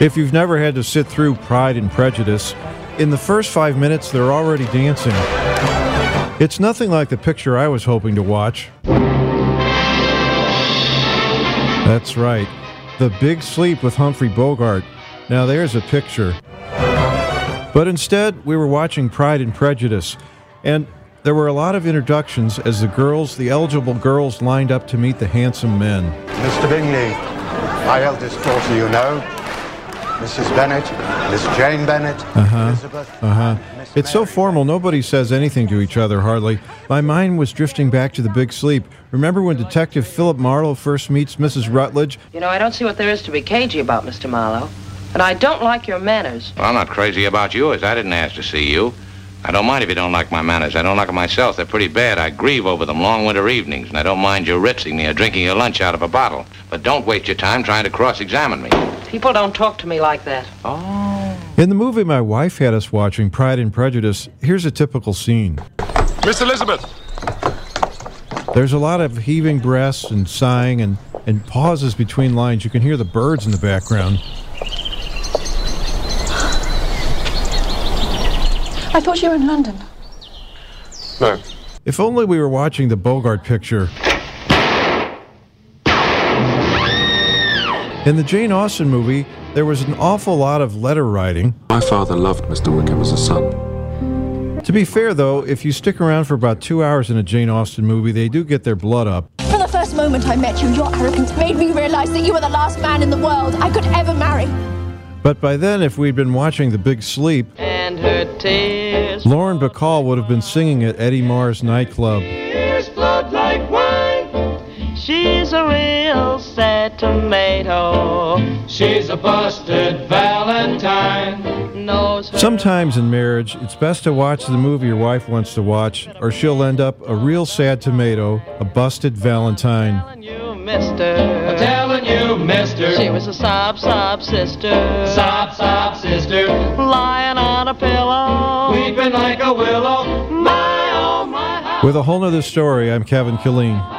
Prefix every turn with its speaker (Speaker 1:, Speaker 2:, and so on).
Speaker 1: If you've never had to sit through Pride and Prejudice, in the first five minutes they're already dancing. It's nothing like the picture I was hoping to watch. That's right, The Big Sleep with Humphrey Bogart. Now there's a picture. But instead, we were watching Pride and Prejudice, and there were a lot of introductions as the girls, the eligible girls, lined up to meet the handsome men.
Speaker 2: Mr. Bingley, my eldest daughter, you know. Mrs. Bennett, Miss Jane Bennett, Elizabeth.
Speaker 1: Uh
Speaker 2: and
Speaker 1: huh.
Speaker 2: Miss
Speaker 1: It's so
Speaker 2: Mary.
Speaker 1: formal, nobody says anything to each other hardly. My mind was drifting back to the big sleep. Remember when Detective Philip Marlowe first meets Mrs. Rutledge?
Speaker 3: You know, I don't see what there is to be cagey about, Mr. Marlowe. And I don't like your manners.
Speaker 4: Well, I'm not crazy about you, as I didn't ask to see you. I don't mind if you don't like my manners. I don't like 'em myself. They're pretty bad. I grieve over them long winter evenings, and I don't mind your ritzing me or drinking your lunch out of a bottle. But don't waste your time trying to cross-examine me.
Speaker 3: People don't talk to me like that.
Speaker 1: In the movie my wife had us watching, Pride and Prejudice, here's a typical scene.
Speaker 5: Miss Elizabeth!
Speaker 1: There's a lot of heaving breaths and sighing and, and pauses between lines. You can hear the birds in the background.
Speaker 6: I thought you were in London.
Speaker 2: No.
Speaker 1: If only we were watching the Bogart picture. In the Jane Austen movie, there was an awful lot of letter writing.
Speaker 5: My father loved Mr. Wickham as a son.
Speaker 1: To be fair, though, if you stick around for about two hours in a Jane Austen movie, they do get their blood up.
Speaker 6: From the first moment I met you, your arrogance made me realize that you were the last man in the world I could ever marry.
Speaker 1: But by then, if we'd been watching The Big Sleep,
Speaker 3: And her tears
Speaker 1: Lauren Bacall would have been singing at Eddie Marr's nightclub.
Speaker 3: flowed like wine. She's a real sad tomato.
Speaker 5: She's a busted Valentine.
Speaker 3: Knows her.
Speaker 1: Sometimes in marriage, it's best to watch the movie your wife wants to watch, or she'll end up a real sad tomato, a busted Valentine.
Speaker 3: Telling you, mister.
Speaker 5: Telling you, mister.
Speaker 3: She was a sob, sob sister.
Speaker 5: Sob, sob, sister.
Speaker 3: Lying on a pillow.
Speaker 5: Weeping like a willow.
Speaker 3: My, oh, my, how
Speaker 1: With a whole nother story, I'm Kevin Killeen.